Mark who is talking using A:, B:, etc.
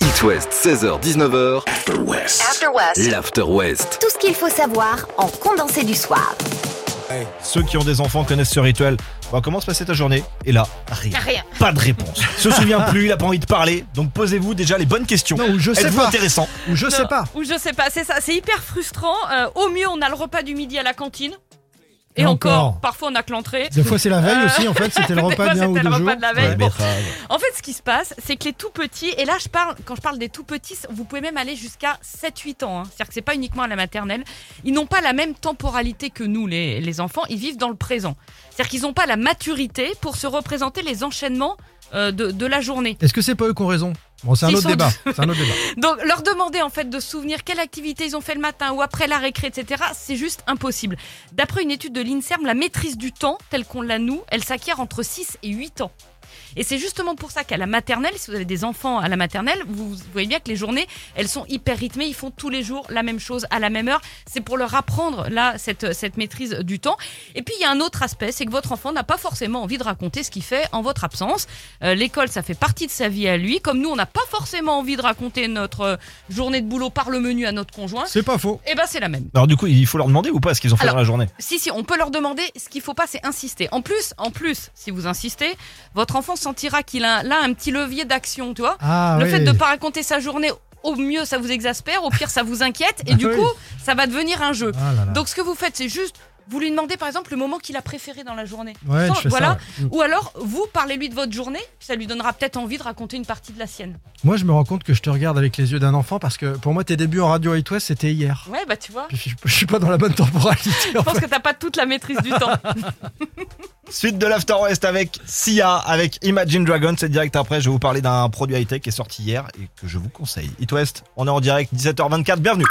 A: It West, 16h-19h,
B: After West.
C: After West.
A: l'After West.
C: Tout ce qu'il faut savoir en condensé du soir.
D: Ceux qui ont des enfants connaissent ce rituel. Bon, comment se passait ta journée Et là, rien.
E: Rien.
D: Pas de réponse. Se souvient plus, il a pas envie de parler. Donc posez-vous déjà les bonnes questions.
F: Non, ou je sais
D: Êtes-vous
F: pas.
D: intéressant
F: Ou je sais
E: Non,
F: pas.
E: Ou je sais pas, c'est ça, c'est hyper frustrant. Euh, au mieux, on a le repas du midi à la cantine. Et,
F: Et
E: encore,
F: encore.
E: parfois on a que l'entrée.
F: Des fois, c'est la veille
E: Euh,
F: aussi. En fait, c'était le
E: Des
F: repas
E: fois,
F: d'un ou
E: c'était
F: deux
E: le
F: jours.
E: repas de la veille.
D: Ouais,
E: Bon,
D: betterave.
E: En fait, ce qui se passe, c'est que les tout petits, et là, je parle, quand je parle des tout petits, vous pouvez même aller jusqu'à 7-8 ans. hein. C'est-à-dire que c'est pas uniquement à la maternelle. Ils n'ont pas la même temporalité que nous, les, les enfants. Ils vivent dans le présent. C'est-à-dire qu'ils n'ont pas la maturité pour se représenter les enchaînements euh, de, de la journée.
F: Est-ce que c'est pas eux qui ont raison Bon, c'est un
E: Ils
F: autre
E: sont
F: débat. C'est un autre débat.
E: Donc, leur demander en fait de se souvenir quelle activité ils ont fait le matin ou après la récré, etc., c'est juste impossible. D'après une étude de l'INSERM, la maîtrise du temps, telle qu'on l'a nous, elle s'acquiert entre 6 et 8 ans. Et c'est justement pour ça qu'à la maternelle, si vous avez des enfants à la maternelle, vous vous voyez bien que les journées, elles sont hyper rythmées, ils font tous les jours la même chose à la même heure. C'est pour leur apprendre là cette, cette maîtrise du temps. Et puis il y a un autre aspect, c'est que votre enfant n'a pas forcément envie de raconter ce qu'il fait en votre absence. Euh, L'école, ça fait partie de sa vie à lui. Comme nous, on n'a pas forcément envie de raconter notre euh, journée de boulot par le menu à notre conjoint.
F: C'est pas faux.
E: Eh ben c'est la même.
D: Alors du coup, il faut leur demander ou pas ce qu'ils ont fait
E: Alors-
D: dans la journée
E: Si si, on peut leur demander. Ce qu'il faut pas, c'est insister. En plus, en plus, si vous insistez, votre enfant sentira qu'il a là un petit levier d'action, tu vois.
F: Ah,
E: le
F: oui.
E: fait de pas raconter sa journée, au mieux ça vous exaspère, au pire ça vous inquiète, et du
F: Ah oui.
E: coup ça va devenir un jeu.
F: Ah là là.
E: Donc ce que vous faites, c'est juste vous lui demandez par exemple le moment qu'il a préféré dans la journée.
F: Ouais,
E: Sans-
F: je fais
E: voilà.
F: ça. ouais.
E: Ou alors vous parlez-lui de votre journée, puis ça lui donnera peut-être envie de raconter une partie de la sienne.
F: Moi, je me rends compte que je te regarde avec les yeux d'un enfant parce que pour moi, tes débuts en radio et toi, c'était hier.
E: Ouais, bah tu vois.
F: Je, je suis pas dans la bonne temporalité.
E: Je
F: en
E: pense
F: fait.
E: que t'as pas toute la maîtrise du temps.
D: Suite de l'After West avec Sia, avec Imagine Dragon. C'est direct après. Je vais vous parler d'un produit high-tech qui est sorti hier et que je vous conseille. It West, on est en direct, 17h24. Bienvenue.